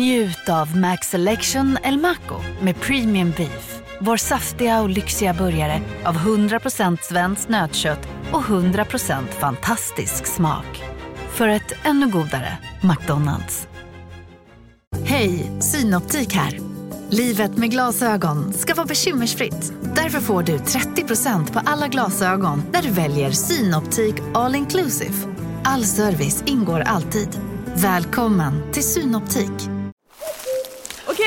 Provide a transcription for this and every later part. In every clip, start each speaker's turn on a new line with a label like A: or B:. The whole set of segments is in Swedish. A: Njut av Max Selection El Maco med Premium Beef. Vår saftiga och lyxiga burgare av 100% svenskt nötkött och 100% fantastisk smak. För ett ännu godare McDonalds. Hej, Synoptik här. Livet med glasögon ska vara bekymmersfritt. Därför får du 30% på alla glasögon när du väljer Synoptik All Inclusive. All service ingår alltid. Välkommen till Synoptik.
B: Okej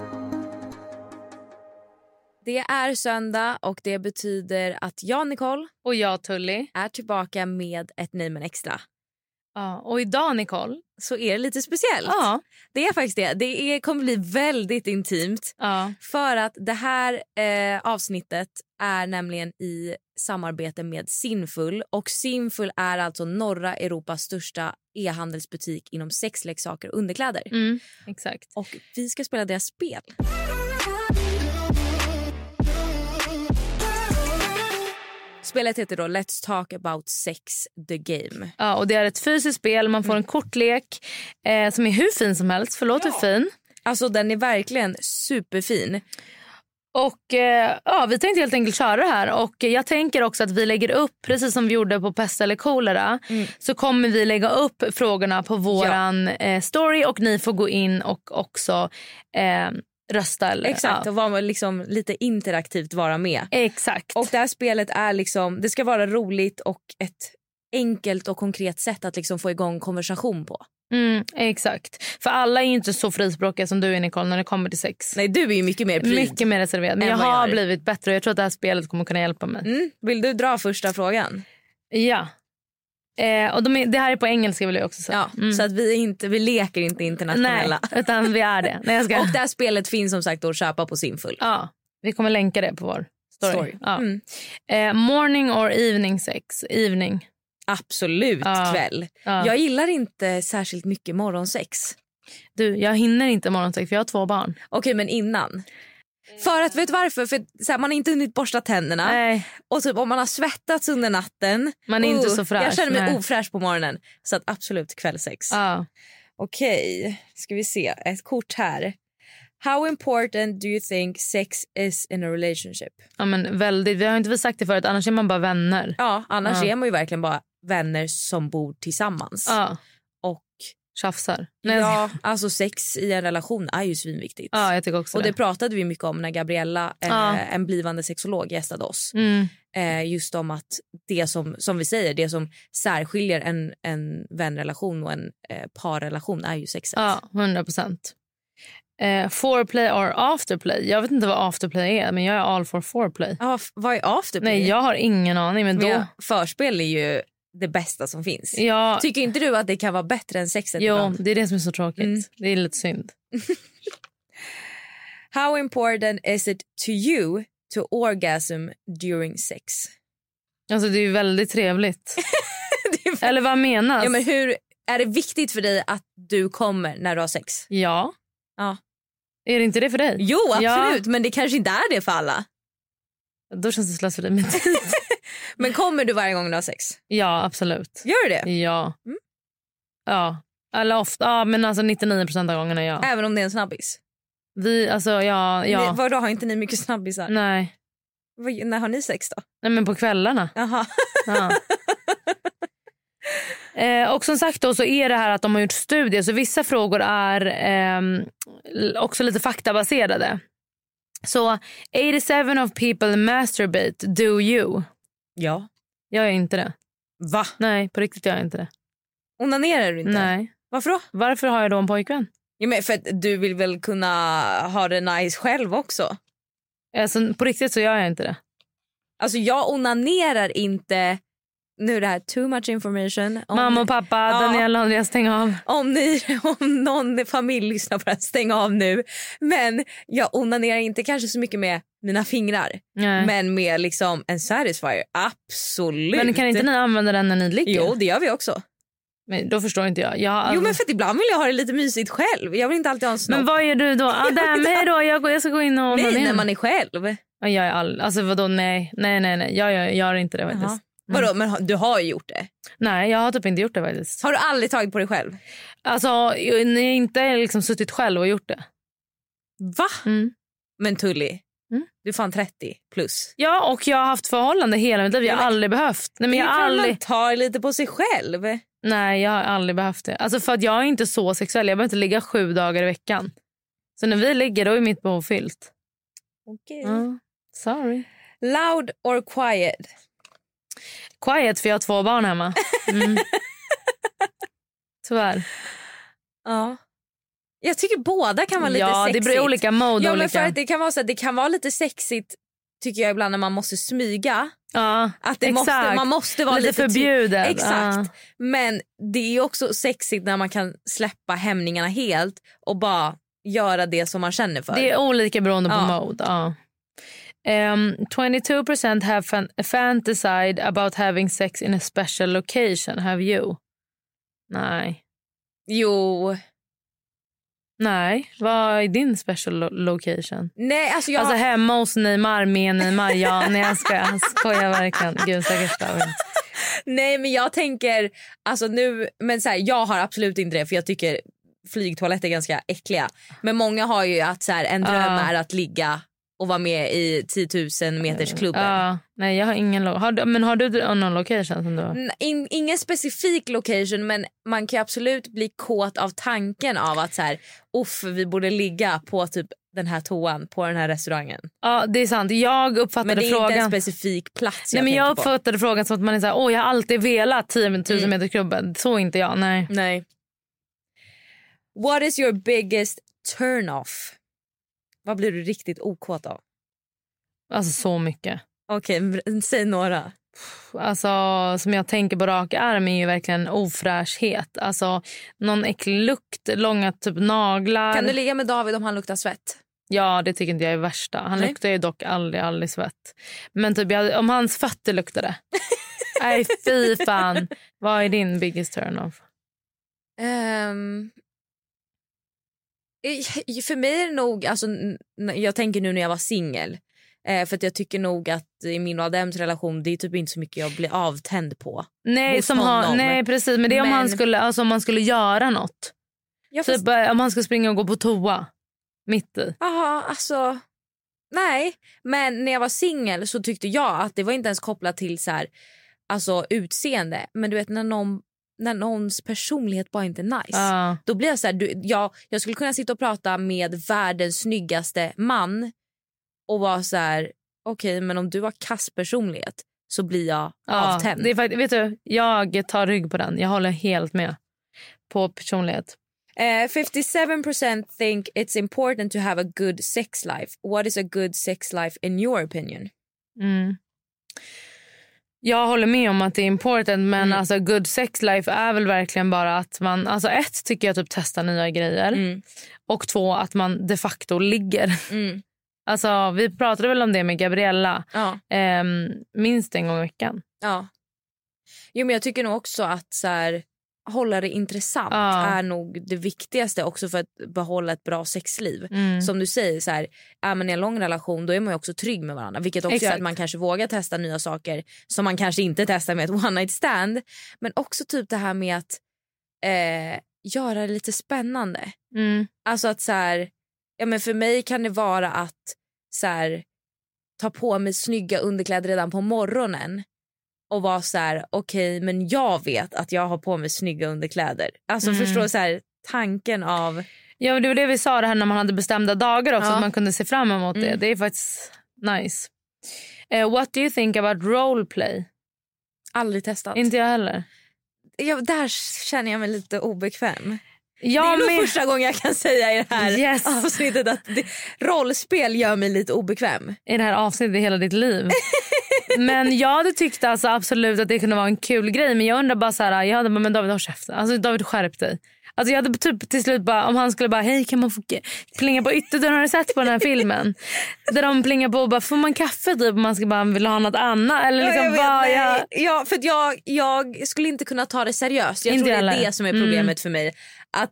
C: Det är söndag och det betyder att jag, Nicole,
D: Och jag Tully.
C: är tillbaka med ett Nej men extra.
D: Ja. Och idag Nicole.
C: Så är det lite speciellt.
D: Ja.
C: Det är faktiskt det. Det är, kommer bli väldigt intimt.
D: ja.
C: För att det här eh, avsnittet är nämligen i samarbete med Sinful. Och Sinful är alltså norra Europas största e-handelsbutik inom sexleksaker och underkläder.
D: Mm. Exakt.
C: Och vi ska spela deras spel. Spelet heter då Let's talk about sex the game.
D: Ja, och det är ett fysiskt spel. Man får en kortlek eh, som är hur fin som helst. Förlåt hur fin.
C: Alltså den är verkligen superfin.
D: Och eh, ja, vi tänkte helt enkelt köra det här. Och eh, jag tänker också att vi lägger upp, precis som vi gjorde på pest eller kolera, så kommer vi lägga upp frågorna på våran eh, story och ni får gå in och också eh, rösta. Eller,
C: Exakt,
D: Ja.
C: och vara liksom lite interaktivt vara med.
D: Exakt.
C: Och det här spelet är liksom, det ska vara roligt och ett enkelt och konkret sätt att liksom få igång konversation på.
D: Mm, exakt. För alla är ju inte så frispråkiga som du är Nicole när det kommer till sex.
C: Nej, du är ju mycket mer pryd.
D: Mycket mer reserverad. Men
C: än
D: jag
C: vad jag
D: har
C: är.
D: blivit bättre och jag tror att det här spelet kommer kunna hjälpa mig.
C: Mm. Vill du dra första frågan?
D: Ja. Eh, och de är, det här är på engelska vill jag också säga.
C: Ja,
D: Mm.
C: Så att vi, är inte, vi leker inte
D: Nej,
C: internationella.
D: utan vi är det. Nej, jag ska.
C: Och det här spelet finns som sagt att köpa på Simfull.
D: ja, vi kommer länka det på vår story.
C: Story.
D: Ja.
C: Mm.
D: Eh, morning or evening sex? Evening.
C: Absolut
D: Ja.
C: kväll.
D: Ja.
C: Jag gillar inte särskilt mycket morgonsex.
D: Du, jag hinner inte morgonsex för jag har två barn.
C: Okej, men innan. För att, vet du varför? För att, så här, man har inte hunnit borsta tänderna.
D: Nej,
C: Och typ, om man har svettats under natten.
D: man är inte
C: Uh,
D: så fräsch.
C: Jag känner mig
D: nej.
C: ofräsch på morgonen. Så att absolut kvällsex.
D: Ja.
C: Okej, ska vi se. Ett kort här. How important do you think sex is in a relationship?
D: ja, men väldigt. Vi har inte väl sagt det förut, annars är man bara vänner.
C: Ja, annars
D: Ja.
C: är man ju verkligen bara vänner som bor tillsammans.
D: Ja,
C: Och
D: tjafsar. Nej, jag
C: ja, alltså sex i en relation är ju svinviktigt.
D: Ja, jag tycker också
C: Och det
D: det.
C: pratade vi mycket om när Gabriella, eh,
D: Ja.
C: en blivande sexolog, gästade oss.
D: Mm,
C: Eh, just om att det som, som vi säger, det som särskiljer en, en vänrelation och en eh, parrelation är ju sexet.
D: ja, 100 procent. Eh, foreplay or afterplay? Jag vet inte vad afterplay är, men jag är all for foreplay.
C: Ja, f- vad är afterplay?
D: Nej, jag har ingen aning. Men då...
C: Men Förspel är ju det bästa som finns.
D: Ja,
C: Tycker inte du att det kan vara bättre än sexet?
D: jo,
C: ibland?
D: det är det som är så tråkigt.
C: Mm.
D: Det är lite synd.
C: How important is it to you to orgasm during sex?
D: Alltså, det är ju väldigt trevligt.
C: Det är-
D: Eller vad menas?
C: ja, men hur, är det viktigt för dig att du kommer när du har sex?
D: Ja.
C: Ja.
D: Är det inte det för dig?
C: Jo,
D: Ja.
C: absolut. Men det kanske inte är det för alla.
D: Då känns det slöseri med tid.
C: Men kommer du varje gång du har sex?
D: ja, absolut.
C: Gör du det?
D: Ja.
C: Mm.
D: Ja. Eller ofta. Ja, men alltså 99 procent av gångerna ja.
C: Även om det är en snabbis?
D: Vi, alltså, ja,
C: Ni,
D: ja.
C: vadå, har inte ni mycket snabbisar?
D: Nej.
C: Vad- När har ni sex då?
D: Nej, men på kvällarna.
C: Jaha.
D: Ja. Eh, och som sagt då så är det här att de har gjort studier så vissa frågor är ehm, l- också lite faktabaserade. Så 87 of people masturbate, do you?
C: Ja.
D: Jag är inte det.
C: Va?
D: Nej, på riktigt jag är inte det.
C: Onanerar du inte?
D: Nej.
C: Varför då?
D: Varför har jag då en pojkvän?
C: Ja, men för att du vill väl kunna ha det nice själv också?
D: Alltså, på riktigt så gör jag inte det.
C: Alltså jag onanerar inte... Nu är det här too much information. Om,
D: Mamma och pappa,
C: Ja.
D: Daniel och Andreas stäng av.
C: om, ni, om någon familj lyssnar på det här, stäng av nu. Men jag onanerar inte kanske så mycket med mina fingrar.
D: Nej.
C: Men med liksom en satisfier, absolut.
D: Men kan inte ni använda den när ni ligger?
C: Jo, det gör vi också.
D: Men då förstår inte jag. jag har
C: Jo, men för att ibland vill jag ha det lite mysigt själv. Jag vill inte alltid ha en snopp.
D: Alltså. men vad gör du då? Ah, där, med då. Jag, går, jag ska gå in och
C: Nej,
D: onanera.
C: när man är själv.
D: Ja, Jag är all... Alltså vadå nej. Nej nej nej. Jag gör, jag gör inte det faktiskt.
C: Jaha. Vadå, men har- du har ju gjort det.
D: Nej jag har typ inte gjort det faktiskt.
C: Har du aldrig tagit på dig själv?
D: Alltså jag- när jag inte har liksom suttit själv och gjort det.
C: Va?
D: Mm.
C: Men Tully,
D: Mm.
C: du är fan 30 plus.
D: Ja och jag har haft förhållande hela mitt liv. Jag har aldrig behövt. Nej men jag
C: det är
D: har
C: klart
D: aldrig.
C: man tar lite på sig själv.
D: Nej, jag har aldrig behövt det. Alltså för att jag är inte så sexuell. Jag behöver inte ligga sju dagar i veckan. Så när vi ligger då är mitt behov fyllt.
C: Okay.
D: Ja, Sorry.
C: Mm. Loud or quiet?
D: Quiet för jag har två barn hemma. Mm. Tyvärr.
C: Ja. Jag tycker båda kan vara lite
D: ja,
C: sexigt.
D: det blir olika mode.
C: Ja, men
D: olika.
C: för att det, kan vara så att det kan vara lite sexigt tycker jag ibland när man måste smyga.
D: ja,
C: Att det måste,
D: Exakt.
C: man måste vara
D: lite,
C: lite, ty-
D: förbjuden.
C: Exakt. Men det är ju också sexigt när man kan släppa hämningarna helt och bara göra det som man känner för.
D: Ja. Det är olika beroende på
C: Ja.
D: mode. Ja. Um, 22% have fan- fantasized about having sex in a special location. Have you? Nej.
C: Jo.
D: Nej, vad är din special lo- location?
C: Nej, alltså jag...
D: Alltså hemma hos Neymar med Neymar. Ja, nej jag skojar. Jag skojar verkligen. Gud stackars David.
C: Nej men jag tänker, alltså nu, men så här, jag har absolut inte det för jag tycker flygtoaletter är ganska äckliga. Men många har ju att så här, en dröm
D: Ja.
C: är att ligga och vara med i 10 000
D: Eh,
C: meters klubben.
D: Ja, nej jag har ingen lo- har du, Men har du dr- någon location som du har?
C: N- In, ingen specifik location men man kan ju absolut bli kåt av tanken av att så här, uff vi borde ligga på typ den här toan på den här restaurangen.
D: Ja, det är sant. Jag uppfattade
C: Men det är inte en
D: frågan.
C: specifik plats jag
D: nej, men jag
C: tänker på. Mm.
D: uppfattade frågan som att man är så här, åh jag har alltid velat 10 000 meter klubben. Så inte jag. Nej.
C: Nej. What is your biggest turn off? Vad blir du riktigt okåt av?
D: Alltså så mycket.
C: Okej, men säg några.
D: alltså, som jag tänker på rak arm är ju verkligen ofräschhet. Alltså, någon äcklig lukt, långa typ naglar.
C: Kan du ligga med David om han luktar svett?
D: Ja, det tycker inte jag är värsta. Han
C: Nej.
D: luktar ju dock aldrig, aldrig svett. Men typ, jag, om hans fötter luktade. Nej, fy fan. Vad är din biggest turn-off?
C: Ehm, i- för mig är det nog... Alltså, n- jag tänker nu när jag var singel. Eh, för att jag tycker nog att i min och Adems relation det är typ inte så mycket jag blir avtänd på.
D: Nej,
C: Hos
D: som har,
C: honom.
D: nej precis. Men det är om,
C: Men-
D: han skulle, alltså, om han skulle göra något.
C: Jag
D: Typ eh, om han skulle springa och gå på toa. Mitt i.
C: Jaha, alltså... Nej, men när jag var singel så tyckte jag att det var inte ens kopplat till så här, alltså utseende. Men du vet när, någon, när någons personlighet bara inte är nice.
D: Ja.
C: Då blir jag så här, du, jag, jag skulle kunna sitta och prata med världens snyggaste man och vara så här, okej men om du har kass personlighet så blir jag
D: Ja,
C: avtänd.
D: det är, fakt- vet du, jag tar rygg på den. Jag håller helt med på personlighet.
C: Eh, 57% think it's important to have a good sex life. What is a good sex life in your opinion?
D: Mm. Jag håller med om att det är important men alltså good sex life är väl verkligen bara att man, alltså ett tycker jag typ testa nya grejer
C: Mm.
D: och två att man de facto ligger.
C: Mm.
D: Alltså vi pratade väl om det med Gabriella
C: Ja.
D: ehm, minst en gång i veckan.
C: Ja. Jo, men jag tycker nog också att så här, hålla det intressant
D: Ja.
C: är nog det viktigaste också för att behålla ett bra sexliv.
D: Mm.
C: Som du säger, så här, är man i en lång relation då är man ju också trygg med varandra. Vilket också gör
D: Exakt.
C: att man kanske vågar testa nya saker som man kanske inte testar med ett one night stand. Men också typ det här med att eh, göra det lite spännande.
D: Mm.
C: Alltså att så här, ja men för mig kan det vara att så här, ta på mig snygga underkläder redan på morgonen och vara så här, okej men jag vet att jag har på mig snygga underkläder. Alltså
D: Mm.
C: förstår du så här, tanken av...
D: Ja, men det var det vi sa det här när man hade bestämda dagar också
C: Ja.
D: att man kunde se fram emot det.
C: Mm.
D: Det är faktiskt nice. Eh, what do you think about roleplay?
C: Aldrig testat.
D: Inte jag heller.
C: Ja, där känner jag mig lite obekväm.
D: Jag
C: det är nog
D: med.
C: första gången jag kan säga i det här
D: Yes.
C: avsnittet att det, rollspel gör mig lite obekväm.
D: i det här avsnittet i hela ditt liv. men jag hade tyckt alltså absolut att det kunde vara en kul grej. Men jag undrar bara så här, jag hade bara, men David har käften. Alltså David skärp dig. Alltså jag hade typ till slut bara, om han skulle bara, hej kan man få ge- plinga på ytterdörren? Har du sett på den här filmen? Där de plingar på och bara, får man kaffe typ? Och man ska bara, vill du ha något annat? Eller liksom,
C: jag vet,
D: bara,
C: nej.
D: jag...
C: Ja, för att jag, jag skulle inte kunna ta det seriöst. Jag
D: Inte
C: tror det
D: heller.
C: är det som är
D: Mm.
C: problemet för mig. Att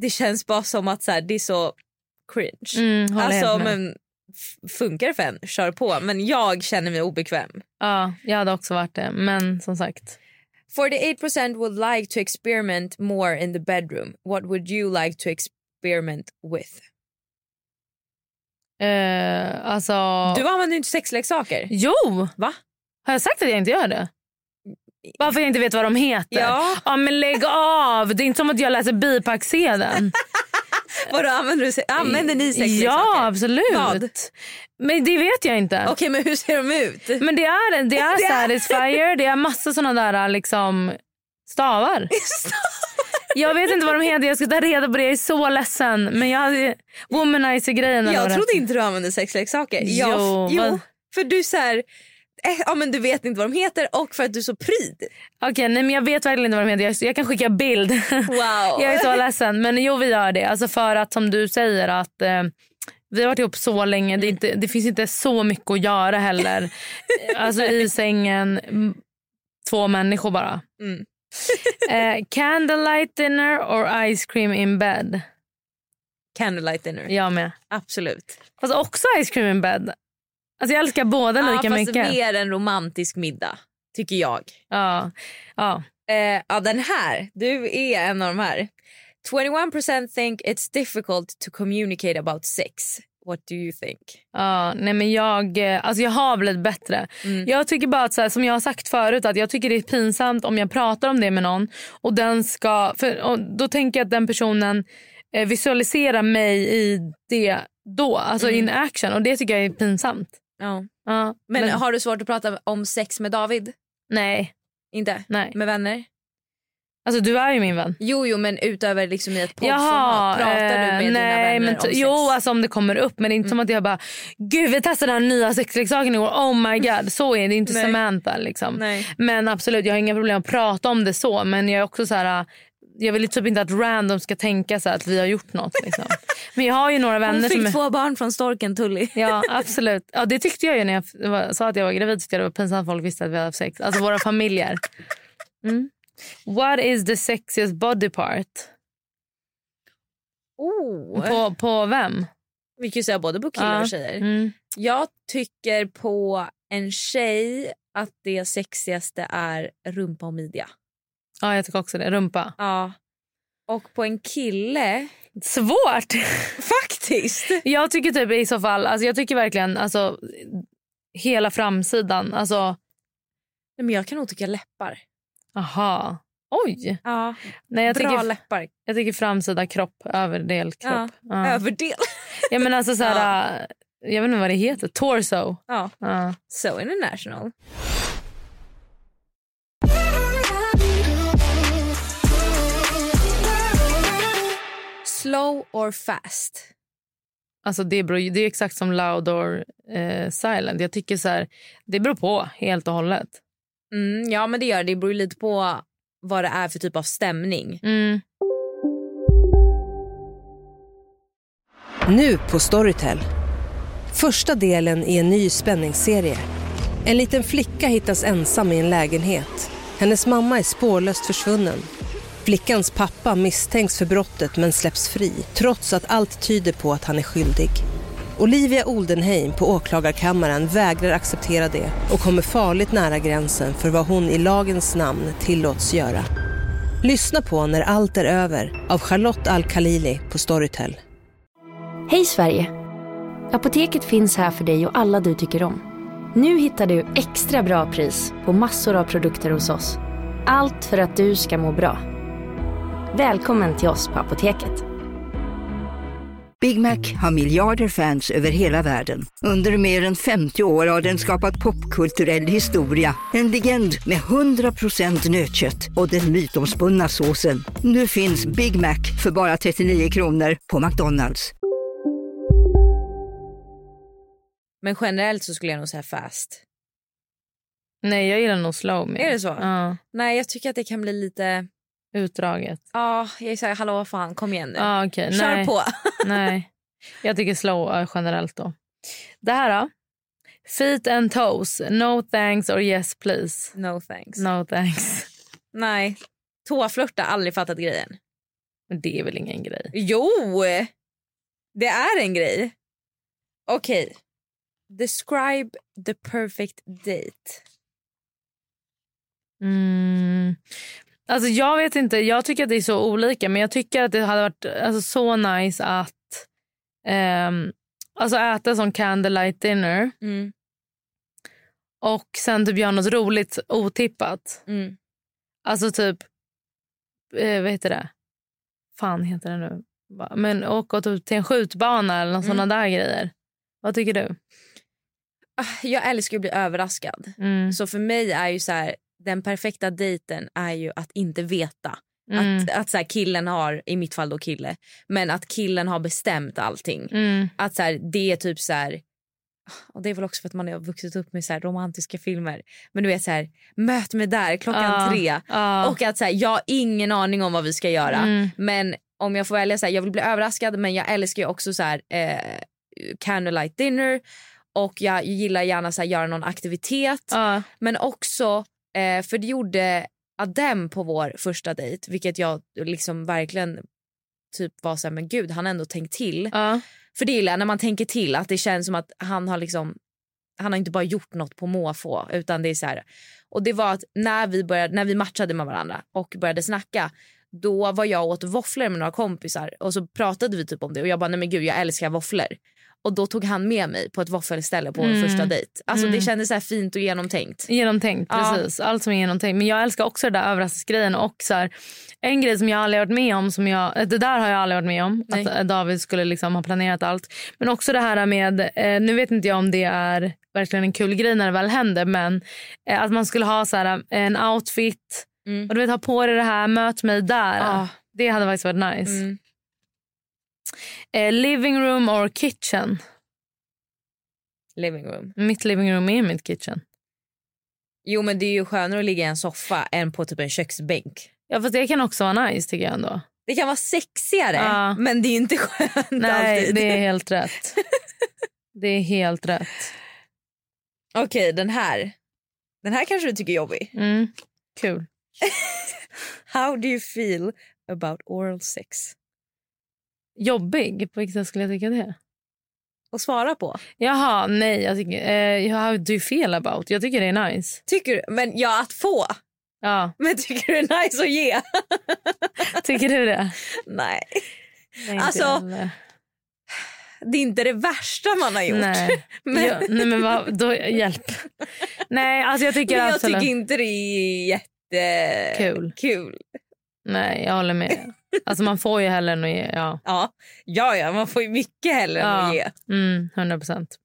C: Det känns bara som att så här, det är så cringe.
D: Mm, håller
C: alltså,
D: helt med.
C: men, f- funkar det för en, kör på. Men jag känner mig obekväm.
D: Ja, jag hade också varit det. Men som sagt.
C: 48% would like to experiment more in the bedroom. What would you like to experiment with?
D: Eh, alltså...
C: Du använder ju inte sexleksaker.
D: Jo!
C: Va?
D: Har jag sagt att jag inte gör det? Bara för att jag inte vet vad de heter?
C: Ja.
D: ja men lägg av! Det är inte som att jag läser bipacksedeln.
C: Vadå, använder, du, använder ni sexleksaker?
D: Ja, absolut.
C: Vad?
D: Men det vet jag inte.
C: Okej, men hur ser de ut?
D: Men det är, det är
C: Det är-
D: Satisfyer, det är massa såna där liksom stavar. Jag vet inte vad de heter, jag ska ta reda på det. Jag är så ledsen. Men jag hade womanizer-grejen.
C: Jag trodde inte du använde sexleksaker. Jag-
D: Jo,
C: jo
D: vad-
C: för du så här, eh, ja, men du vet inte vad de heter och för att du är så pryd.
D: Okej, nej men jag vet verkligen inte vad de heter. Jag, jag kan skicka bild.
C: Wow.
D: jag är så ledsen. Men jo, vi gör det. Alltså för att som du säger att eh, vi har varit ihop så länge. Det, är inte, det finns inte så mycket att göra heller. alltså i sängen, m- två människor bara.
C: Mm.
D: eh, candlelight dinner or ice cream in bed?
C: Candlelight dinner.
D: Jag med.
C: Absolut.
D: Fast också ice cream in bed. Alltså jag älskar båda
C: Ja,
D: lika
C: fast
D: mycket.
C: mer en romantisk middag, tycker jag.
D: Ja. Ja.
C: Eh, ja, den här. Du är en av de här. 21% think it's difficult to communicate about sex. What do you think?
D: Ja, nej men jag, eh, alltså jag har blivit bättre.
C: Mm.
D: Jag tycker bara att så här, som jag har sagt förut att jag tycker det är pinsamt om jag pratar om det med någon och den ska för och då tänker jag att den personen eh, visualiserar mig i det då, alltså
C: Mm.
D: in action och det tycker jag är pinsamt.
C: Ja.
D: Ja,
C: Men, har du svårt att prata om sex med David?
D: nej,
C: Inte?
D: nej.
C: Med vänner?
D: Alltså du är ju min vän.
C: Jo, jo, men utöver liksom i ett poddformat. Pratar du med
D: eh,
C: dina
D: nej,
C: vänner
D: men
C: om
D: t-
C: sex?
D: Jo, alltså om det kommer upp. Men det är inte som att jag bara, gud vi testade den här nya sexleksaken igår. Oh my god. Så är det inte
C: Mm. Nej.
D: Samantha liksom.
C: Nej.
D: Men absolut, jag har inga problem att prata om det så. Men jag är också så här, äh, jag vill ju typ inte att random ska tänka så här att vi har gjort något. Liksom. men jag har ju några
C: Hon
D: vänner
C: fick
D: som... är-
C: två barn från storken Tully.
D: Ja, absolut. Ja, det tyckte jag ju när jag f- var, sa att jag var gravid. Tyckte jag det var pinsamt att folk visste att vi hade haft sex. Alltså våra familjer. Mm. What is the sexiest body part?
C: Oh.
D: På, på vem?
C: Vi kan ju säga både på killar
D: Ja.
C: och tjejer.
D: Mm.
C: Jag tycker på en tjej att det sexigaste är rumpa och midja.
D: Ja, jag tycker också det. Rumpa.
C: Ja. Och på en kille...
D: Svårt!
C: Faktiskt!
D: jag tycker typ i så fall, alltså jag tycker verkligen alltså hela framsidan. Alltså,
C: Nej, men jag kan nog tycka läppar.
D: aha. Oj!
C: Ja.
D: Nej, jag,
C: Bra
D: tycker,
C: läppar.
D: jag tycker framsida kropp, överdel kropp. Ja.
C: Överdel.
D: Ja, men alltså, så här, äh, jag vet inte vad det heter. Torso.
C: Ja.
D: Ja.
C: So international. Slow or fast?
D: Alltså, det, beror, ju- det är exakt som loud or eh, silent. Jag tycker så här, det beror på helt och hållet.
C: Mm, ja, men det gör det. Det beror ju lite på vad det är för typ av stämning.
D: Mm.
E: Nu på Storytel. Första delen i en ny spänningsserie. En liten flicka hittas ensam i en lägenhet. Hennes mamma är spårlöst försvunnen. Flickans pappa misstänks för brottet men släpps fri trots att allt tyder på att han är skyldig. Olivia Oldenheim på åklagarkammaren vägrar acceptera det och kommer farligt nära gränsen för vad hon i lagens namn tillåts göra. Lyssna på När allt är över av Charlotte Al-Khalili på Storytel.
F: Hej Sverige! Apoteket finns här för dig och alla du tycker om. Nu hittar du extra bra pris på massor av produkter hos oss. Allt för att du ska må bra. Välkommen till oss på Apoteket.
G: Big Mac har miljarder fans över hela världen. Under mer än 50 år har den skapat popkulturell historia. En legend med 100% nötkött och den mytomspunna såsen. Nu finns Big Mac för bara 39 kronor på McDonalds.
C: Men generellt så skulle jag nog säga fast.
D: Nej, jag gillar nog slow mer.
C: Är det så?
D: Ja.
C: Nej, jag tycker att det kan bli lite...
D: utdraget.
C: Ja, jag är så här, hallå fan, kom igen nu.
D: Ah, okay.
C: Kör
D: Nej.
C: på.
D: Nej. Jag tycker slow eh, generellt då. Det här då? Feet and toes. No thanks or yes please.
C: No thanks.
D: No thanks.
C: Nej. Tåflörta, aldrig fattat grejen.
D: Men det är väl ingen grej?
C: Jo! Det är en grej. Okej. Describe the perfect date.
D: Mm. Alltså jag vet inte, jag tycker att det är så olika men jag tycker att det hade varit alltså, så nice att ehm, alltså äta som candlelight dinner
C: Mm,
D: och sen typ göra något roligt otippat.
C: mm.
D: Alltså typ, eh, vad heter det? Fan heter det nu? Va- Men åka typ till en skjutbana eller någon
C: Mm.
D: såna där grejer. Vad tycker du?
C: Ah, Jag älskar att bli överraskad.
D: Mm.
C: Så för mig är ju så här, den perfekta dejten är ju att inte veta.
D: Mm.
C: Att, att så här, killen har, i mitt fall då kille, men att killen har bestämt allting.
D: Mm.
C: Att så här, det är typ så här... Och det är väl också för att man har vuxit upp med så här romantiska filmer. Men du vet så här, möt mig där klockan
D: Ja.
C: tre.
D: Ja.
C: Och att så här, jag har ingen aning om vad vi ska göra.
D: Mm.
C: Men om jag får välja, så här, jag vill bli överraskad men jag älskar ju också så här, eh, candlelight dinner. Och jag gillar gärna att göra någon aktivitet.
D: Ja.
C: Men också, eh, för det gjorde Adem på vår första dejt. Vilket jag liksom verkligen typ var så här, men gud han har ändå tänkt till.
D: Ja.
C: För det gillar jag, när man tänker till att det känns som att han har liksom han har inte bara gjort något på måfå utan det är så här. Och det var att när vi började, när vi matchade med varandra och började snacka då var jag och åt våfflor med några kompisar och så pratade vi typ om det och jag bara nej men gud jag älskar våfflor. Och då tog han med mig på ett våffelställe på
D: Mm.
C: vår första dejt. Alltså
D: Mm.
C: det kändes så här fint och genomtänkt.
D: Genomtänkt,
C: Ja.
D: precis. Allt som är genomtänkt. Men jag älskar också det där överraskningsgrejen. Och så här, en grej som jag aldrig varit med om, som jag, det där har jag aldrig varit med om.
C: Nej.
D: Att eh, David skulle liksom ha planerat allt. Men också det här med, eh, nu vet inte jag om det är verkligen en kul grej när det väl händer. Men eh, att man skulle ha så här, en outfit.
C: Mm.
D: Och du vet, ha på dig det här, möt mig där.
C: Ja.
D: Det hade faktiskt varit nice.
C: Mm.
D: Eh, living room or kitchen?
C: Living room.
D: Mitt living room är mitt kitchen.
C: Jo men det är ju skönare att ligga i en soffa än på typ en köksbänk.
D: Ja, fast det kan också vara nice tycker jag ändå.
C: Det kan vara sexigare
D: Ja.
C: men det är inte skönt
D: Nej,
C: alltid.
D: det är helt rätt. Det är helt rätt.
C: Okej, den här. Den här kanske du tycker är jobbig.
D: Mm. Kul.
C: How do you feel about oral sex?
D: Jobbig? På vilket sätt skulle jag tycka det?
C: Och svara på.
D: Jaha, nej. Jag tycker, eh, how do you feel about? Jag tycker det är nice.
C: Tycker du, men ja, att få.
D: Ja,
C: Men tycker du det är nice att ge?
D: tycker du det?
C: Nej,
D: Nej, inte
C: Alltså,
D: jag heller.
C: det är inte det värsta man har gjort.
D: Nej,
C: Men,
D: Ja, nej men vad, då, hjälp. Nej, alltså jag tycker
C: men jag
D: absolut...
C: tycker inte det är jättekul.
D: Kul.
C: Kul.
D: Nej, jag håller med. Alltså man får ju hellre än att ge. Ja,
C: Ja. ja, ja, man får ju mycket hellre än
D: Ja.
C: att ge.
D: mm, 100 procent.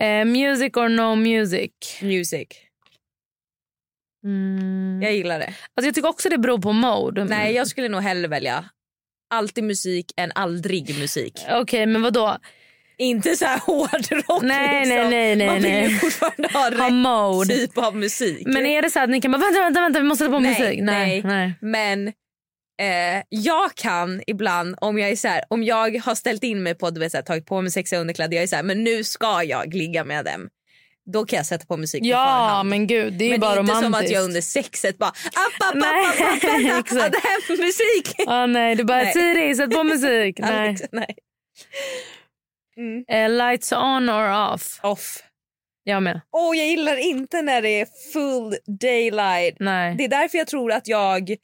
D: Eh, music or no music?
C: Music.
D: Mm.
C: Jag gillar det.
D: Alltså jag tycker också det beror på mode.
C: Nej, jag skulle nog hellre välja alltid musik än aldrig musik.
D: Okej, men vad då?
C: Inte så här hårdrock.
D: Nej,
C: liksom.
D: nej, nej, nej,
C: Man vill ju
D: nej.
C: fortfarande ha
D: Ha
C: rätt
D: mode.
C: typ av musik.
D: Men är det så att ni kan bara vänta, vänta, vänta, vi måste ta på
C: Nej,
D: musik?
C: nej.
D: nej.
C: Men eh, jag kan ibland, om jag är så här, om jag har ställt in mig på, du vet, så här, tagit på mig sexiga underkläder, jag är så här, men nu ska jag ligga med dem. Då kan jag sätta på musik på
D: Ja,
C: förhand.
D: men gud, det är ju
C: men det
D: bara
C: är inte
D: romantiskt.
C: som att jag under sexet bara app, app,
D: Nej,
C: app, app, app, vänta,
D: exakt.
C: ah, det här är musik.
D: Ah, nej, du bara
C: Nej.
D: Siri, sätt på musik. nej.
C: Alltså, nej.
D: Eh, lights on or off?
C: Off.
D: Jag med.
C: Åh, jag gillar inte när det är full daylight.
D: Nej,
C: Det är därför jag tror att jag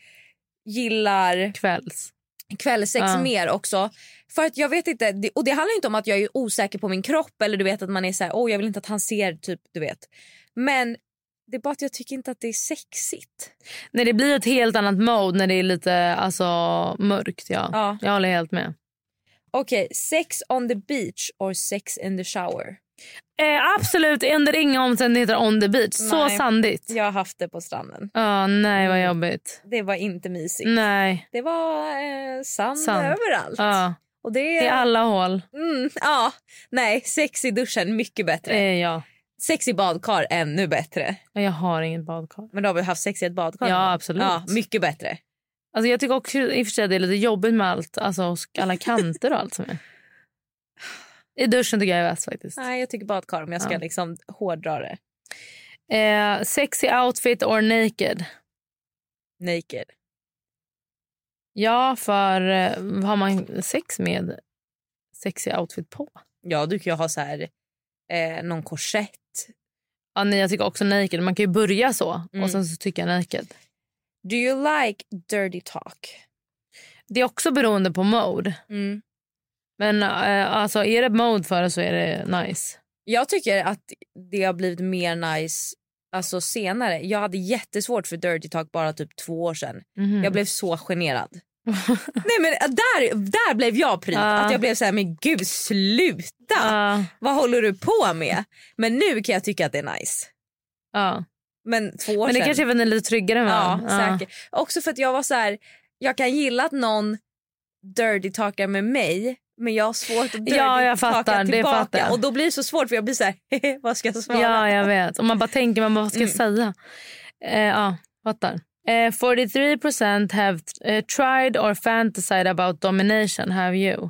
C: gillar
D: kvälls.
C: kvällssex
D: Ja.
C: mer också. För att jag vet inte, det- och det handlar inte om att jag är osäker på min kropp eller du vet att man är så här, oh, jag vill inte att han ser typ, du vet. Men det är bara att jag tycker inte att det är sexigt.
D: Nej, det blir ett helt annat mode när det är lite alltså, mörkt. Ja.
C: Ja.
D: Jag håller helt med.
C: Okej, sex on the beach or sex in the shower?
D: Eh, absolut, under inga omständigheter on the beach. Så
C: Nej. Mm.
D: sandigt.
C: Jag har haft det på stranden.
D: Ah, nej, vad jobbigt.
C: Det var inte mysigt.
D: Nej.
C: Det var eh, sand,
D: Mm. Sand.
C: överallt.
D: Ja.
C: Och det,
D: I alla hål.
C: mm, ja. Nej, sex i duschen mycket bättre.
D: Eh, ja.
C: Sex i badkar ännu bättre.
D: Jag har inget badkar.
C: Men då har vi haft sex i ett badkar.
D: Ja, absolut.
C: Ja, mycket bättre.
D: Alltså jag tycker också i och för sig att det är lite jobbigt med allt, alltså alla kanter och allt som är. I duschen tycker jag är bäst faktiskt.
C: Nej, jag tycker badkar om jag ska
D: Ja.
C: liksom hårdra det.
D: Eh, sexy outfit or naked?
C: Naked.
D: Ja, för eh, vad har man sex med sexy outfit på?
C: Ja, du kan ju ha så här, eh, någon korsett.
D: Ja, nej, jag tycker också naked. Man kan ju börja så
C: Mm.
D: och sen så tycker jag naked.
C: Do you like dirty talk?
D: Det är också beroende på mode.
C: Mm.
D: Men eh, alltså är det mode för det så är det nice.
C: Jag tycker att det har blivit mer nice alltså senare. Jag hade jättesvårt för dirty talk bara typ två år sedan.
D: Mhm.
C: Jag blev så generad. Nej men äh, där, där blev jag pryd.
D: Ja.
C: Att jag blev så här, men gud sluta!
D: Ja,
C: Vad håller du på med? Men nu kan jag tycka att det är nice.
D: ja.
C: Men två år
D: Men det
C: sedan.
D: kanske är för att den är lite tryggare med
C: Ja,
D: den.
C: säkert. Också för att jag var så här, jag kan gilla att någon dirty talkar med mig men jag har svårt att dirty
D: Ja, jag
C: talka
D: fattar, det
C: tillbaka.
D: fattar jag.
C: Och då blir det så svårt för jag blir så här, "Hehe, vad ska jag Mm. svara?
D: Ja, jag vet. Och man bara tänker, man bara, vad ska jag säga? Eh, ja, fattar. Eh, 43% have eh, tried or fantasized about domination, have you?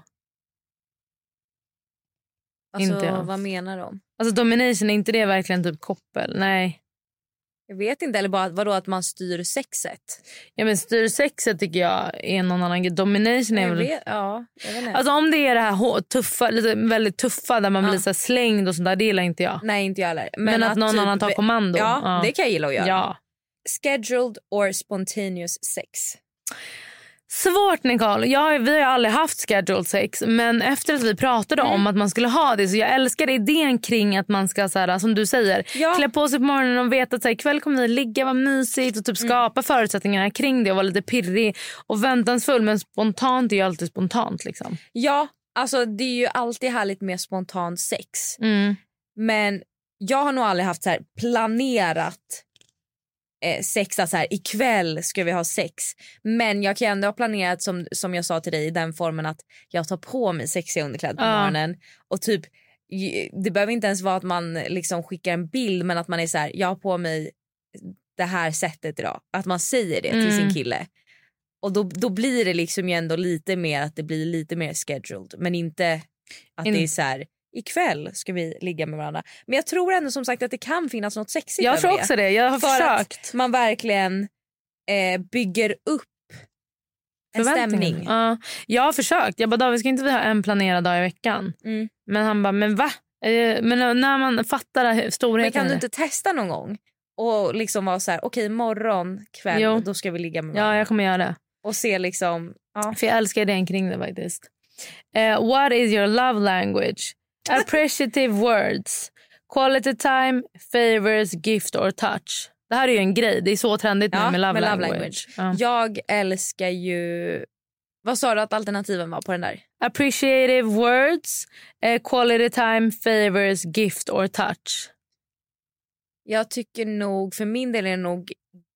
C: alltså,
D: inte jag.
C: Vad menar de?
D: Alltså domination, är inte det verkligen typ koppel? Nej.
C: Jag vet inte, eller bara att- vadå att man styr sexet?
D: Ja, men styrsexet tycker jag är någon annan grej. Domination är
C: jag
D: väl...
C: vet, ja, jag vet inte.
D: Alltså om det är det här hå- tuffa, lite väldigt tuffa där man
C: Ja.
D: blir så här slängd och sånt där, det gillar inte jag.
C: Nej, inte jag heller. typ
D: Men, att, någon annan tar kommando.
C: Ja, det kan jag gilla att göra.
D: Ja.
C: Scheduled or spontaneous sex?
D: Svårt Nicole. Jag, har- vi har ju aldrig haft scheduled sex men efter att vi pratade
C: Mm.
D: om att man skulle ha det så jag älskar idén kring att man ska så här, som du säger
C: Ja.
D: klä på sig på morgonen och veta att så här, ikväll kommer vi ligga, vad mysigt och typ
C: Mm.
D: skapa förutsättningarna kring det och vara lite pirrig och väntansfull men spontant är ju alltid spontant liksom.
C: Ja, alltså det är ju alltid härligt med spontan sex.
D: Mm.
C: Men jag har nog aldrig haft så här planerat eh, sex, att så här ikväll ska vi ha sex. Men jag kan ju ändå ha planerat som, som jag sa till dig i den formen att jag tar på mig sexiga underkläder på
D: Ja.
C: morgonen och typ j- det behöver inte ens vara att man liksom skickar en bild men att man är så här jag har på mig det här sättet idag. Att man säger det till sin
D: Mm.
C: kille. Och då, då blir det liksom ju ändå lite mer att det blir lite mer scheduled men inte att
D: In-
C: det är så här ikväll ska vi ligga med varandra. Men jag tror ändå som sagt att det kan finnas något sexigt
D: Jag
C: över
D: tror
C: det.
D: också det, jag har
C: För att-
D: försökt.
C: Man verkligen eh, bygger upp en
D: Förväntningarna.
C: stämning.
D: Ja, jag har försökt. Jag bara, David ska inte vi ha en planerad dag i veckan?
C: Mm.
D: Men han bara, men va? Eh, Men när man fattar hur-
C: Men
D: storheten
C: kan
D: i
C: du
D: det.
C: inte testa någon gång och liksom vara så här okej imorgon kväll
D: Jo.
C: då ska vi ligga med varandra
D: Ja, jag kommer göra det.
C: och se liksom ja.
D: För jag älskar idén kring det faktiskt. Eh, what is your love language? Appreciative words. Quality time, favors, gift or touch. Det här är ju en grej. Det är så trendigt
C: Ja,
D: nu med love
C: med love
D: language. Ja.
C: Jag älskar ju vad sa du att alternativen var på den där?
D: Appreciative words, eh, quality time, favors, gift or touch.
C: Jag tycker nog för min del är det nog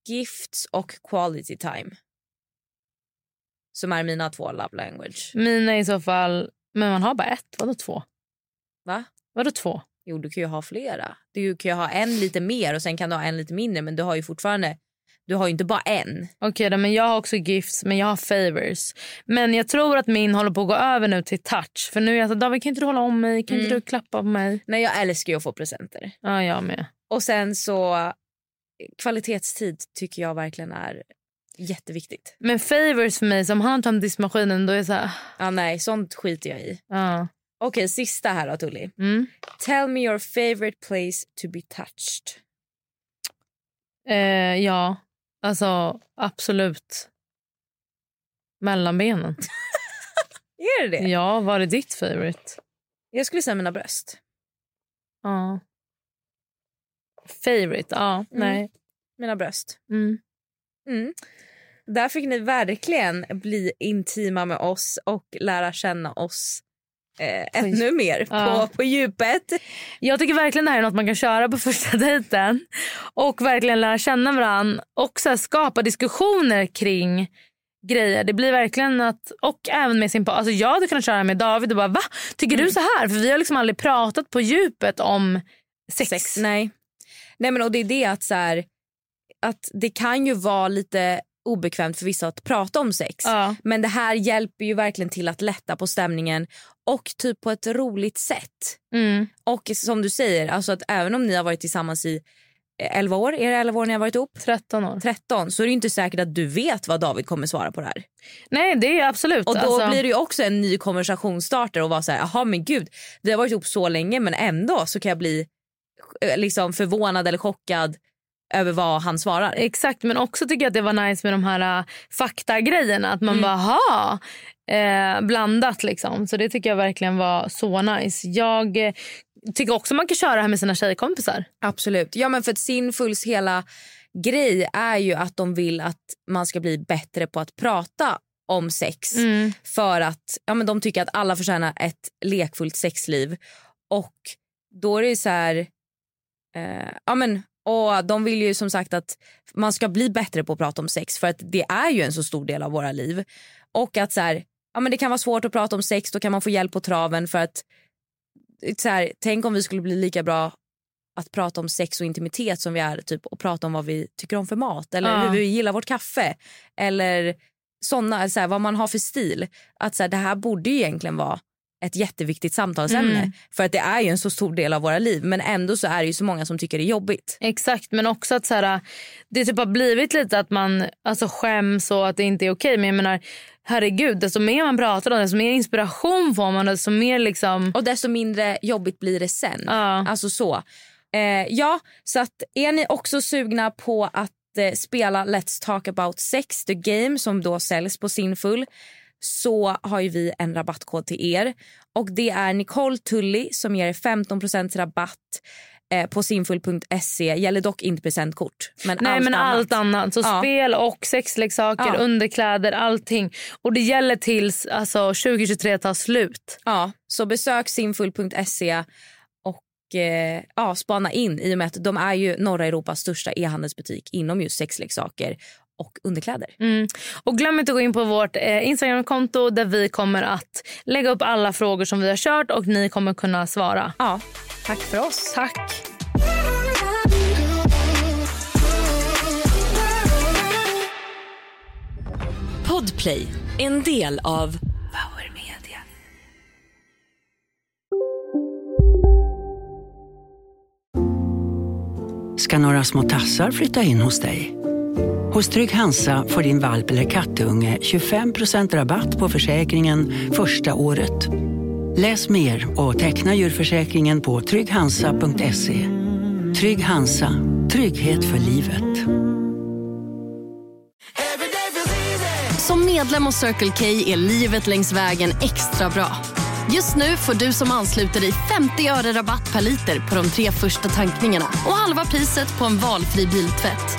C: gifts och quality time. Som är mina två love language.
D: Mina i så fall... Men man har bara ett. Vadå två?
C: Va?
D: Vadå två?
C: Jo, du kan ju ha flera. Du kan ju ha en lite mer och sen kan du ha en lite mindre men du har ju fortfarande du har ju inte bara en.
D: Okej då, men jag har också gifts men jag har favors. Men jag tror att min håller på att gå över nu till touch. För nu är jag så här, David kan inte du hålla om mig? Kan inte
C: Mm.
D: du klappa på mig?
C: Nej, jag älskar ju att få presenter.
D: Ja, jag med.
C: Och sen så kvalitetstid tycker jag verkligen är jätteviktigt.
D: Men favors för mig, som han tar med diskmaskinen, då är jag så här... "Ah."
C: Ja, nej, sånt skiter jag i.
D: Ja.
C: Okej, sista här då Tully.
D: Mm.
C: Tell me your favorite place to be touched.
D: Eh, ja, alltså absolut. Mellanbenen.
C: Är det det?
D: Ja, vad är ditt favorite?
C: Jag skulle säga mina bröst.
D: Ja. Favorite? Ja, nej.
C: Mina bröst.
D: Mm.
C: Mm. Där fick ni verkligen bli intima med oss och lära känna oss eh, ännu mer
D: Ja.
C: på, på djupet.
D: Jag tycker verkligen det här är något man kan köra på första dejten och verkligen lära känna varandra och så här skapa diskussioner kring grejer. Det blir verkligen att, och även med sin par- alltså Jag hade kunnat köra med David och bara va? Tycker
C: Mm.
D: du så här? För vi har liksom aldrig pratat på djupet om sex.
C: Nej. Nej men och det är det att så här, att det kan ju vara lite obekvämt för vissa att prata om sex.
D: Ja.
C: Men det här hjälper ju verkligen till att lätta på stämningen och typ på ett roligt sätt.
D: Mm.
C: Och som du säger, alltså att även om ni har varit tillsammans i eh, 11 år, är det 11 år ni har varit ihop?
D: 13 år.
C: 13 så är det ju inte säkert att du vet vad David kommer svara på det här.
D: Nej, det är absolut.
C: Och då
D: alltså,
C: blir det ju också en ny konversationsstarter och vara så här, jaha men gud, vi har varit ihop så länge men ändå så kan jag bli eh, liksom förvånad eller chockad över vad han svarar.
D: Exakt, men också tycker jag att det var nice med de här äh, faktagrejerna. Att man bara, ha eh, blandat liksom. Så det tycker jag verkligen var så nice. Jag eh, tycker också man kan köra det här med sina tjejkompisar.
C: Absolut. Ja men för att Sinfuls hela grej är ju att de vill att man ska bli bättre på att prata om sex. För att ja, men de tycker att alla förtjänar ett lekfullt sexliv. Och då är det ju så här... Eh, ja, men, och de vill ju som sagt att man ska bli bättre på att prata om sex för att det är ju en så stor del av våra liv. Och att så här, ja, men det kan vara svårt att prata om sex, då kan man få hjälp på traven för att eh, så här, tänk om vi skulle bli lika bra att prata om sex och intimitet som vi är typ och prata om vad vi tycker om för mat eller
D: Ja.
C: hur vi gillar vårt kaffe eller såna, eller så här, vad man har för stil. Att så här, det här borde ju egentligen vara ett jätteviktigt samtalsämne för att det är ju en så stor del av våra liv men ändå så är det ju så många som tycker det är jobbigt.
D: Exakt, men också att så här, det typ har blivit lite att man alltså, skäms och att det inte är okej. Men jag menar, herregud, desto mer man pratar om det, desto mer inspiration får man. Desto mer liksom...
C: Och desto mindre jobbigt blir det sen.
D: Ja.
C: Alltså så. Eh, ja, så att är ni också sugna på att eh, spela Let's Talk About Sex, the game som då säljs på Sinful så har ju vi en rabattkod till er. Och Det är Nicole Tully som ger er 15 rabatt eh, på sinful.se. E. Gäller dock inte presentkort. Men
D: Nej
C: allt
D: men
C: annat.
D: allt annat. Så
C: Ja.
D: spel och sexleksaker,
C: Ja.
D: underkläder, allting. Och det gäller tills alltså, 2023 tar slut.
C: Ja, så besök sinful.se och eh, ja, spana in i och med att de är ju norra Europas största e-handelsbutik inom just sexleksaker och underkläder.
D: Mm. Och glöm inte att gå in på vårt eh, Instagramkonto där vi kommer att lägga upp alla frågor som vi har kört och ni kommer kunna svara.
C: Ja, tack för oss.
D: Tack.
H: Podplay, en del av
I: ska några små tassar flytta in hos dig. Hos Trygg Hansa får din valp eller kattunge 25% rabatt på försäkringen första året. Läs mer och teckna djurförsäkringen på trygghansa.se. Trygg Hansa, trygghet för livet.
H: Som medlem hos Circle K är livet längs vägen extra bra. Just nu får du som ansluter dig 50 öre rabatt per liter på de tre första tankningarna och halva priset på en valfri biltvätt.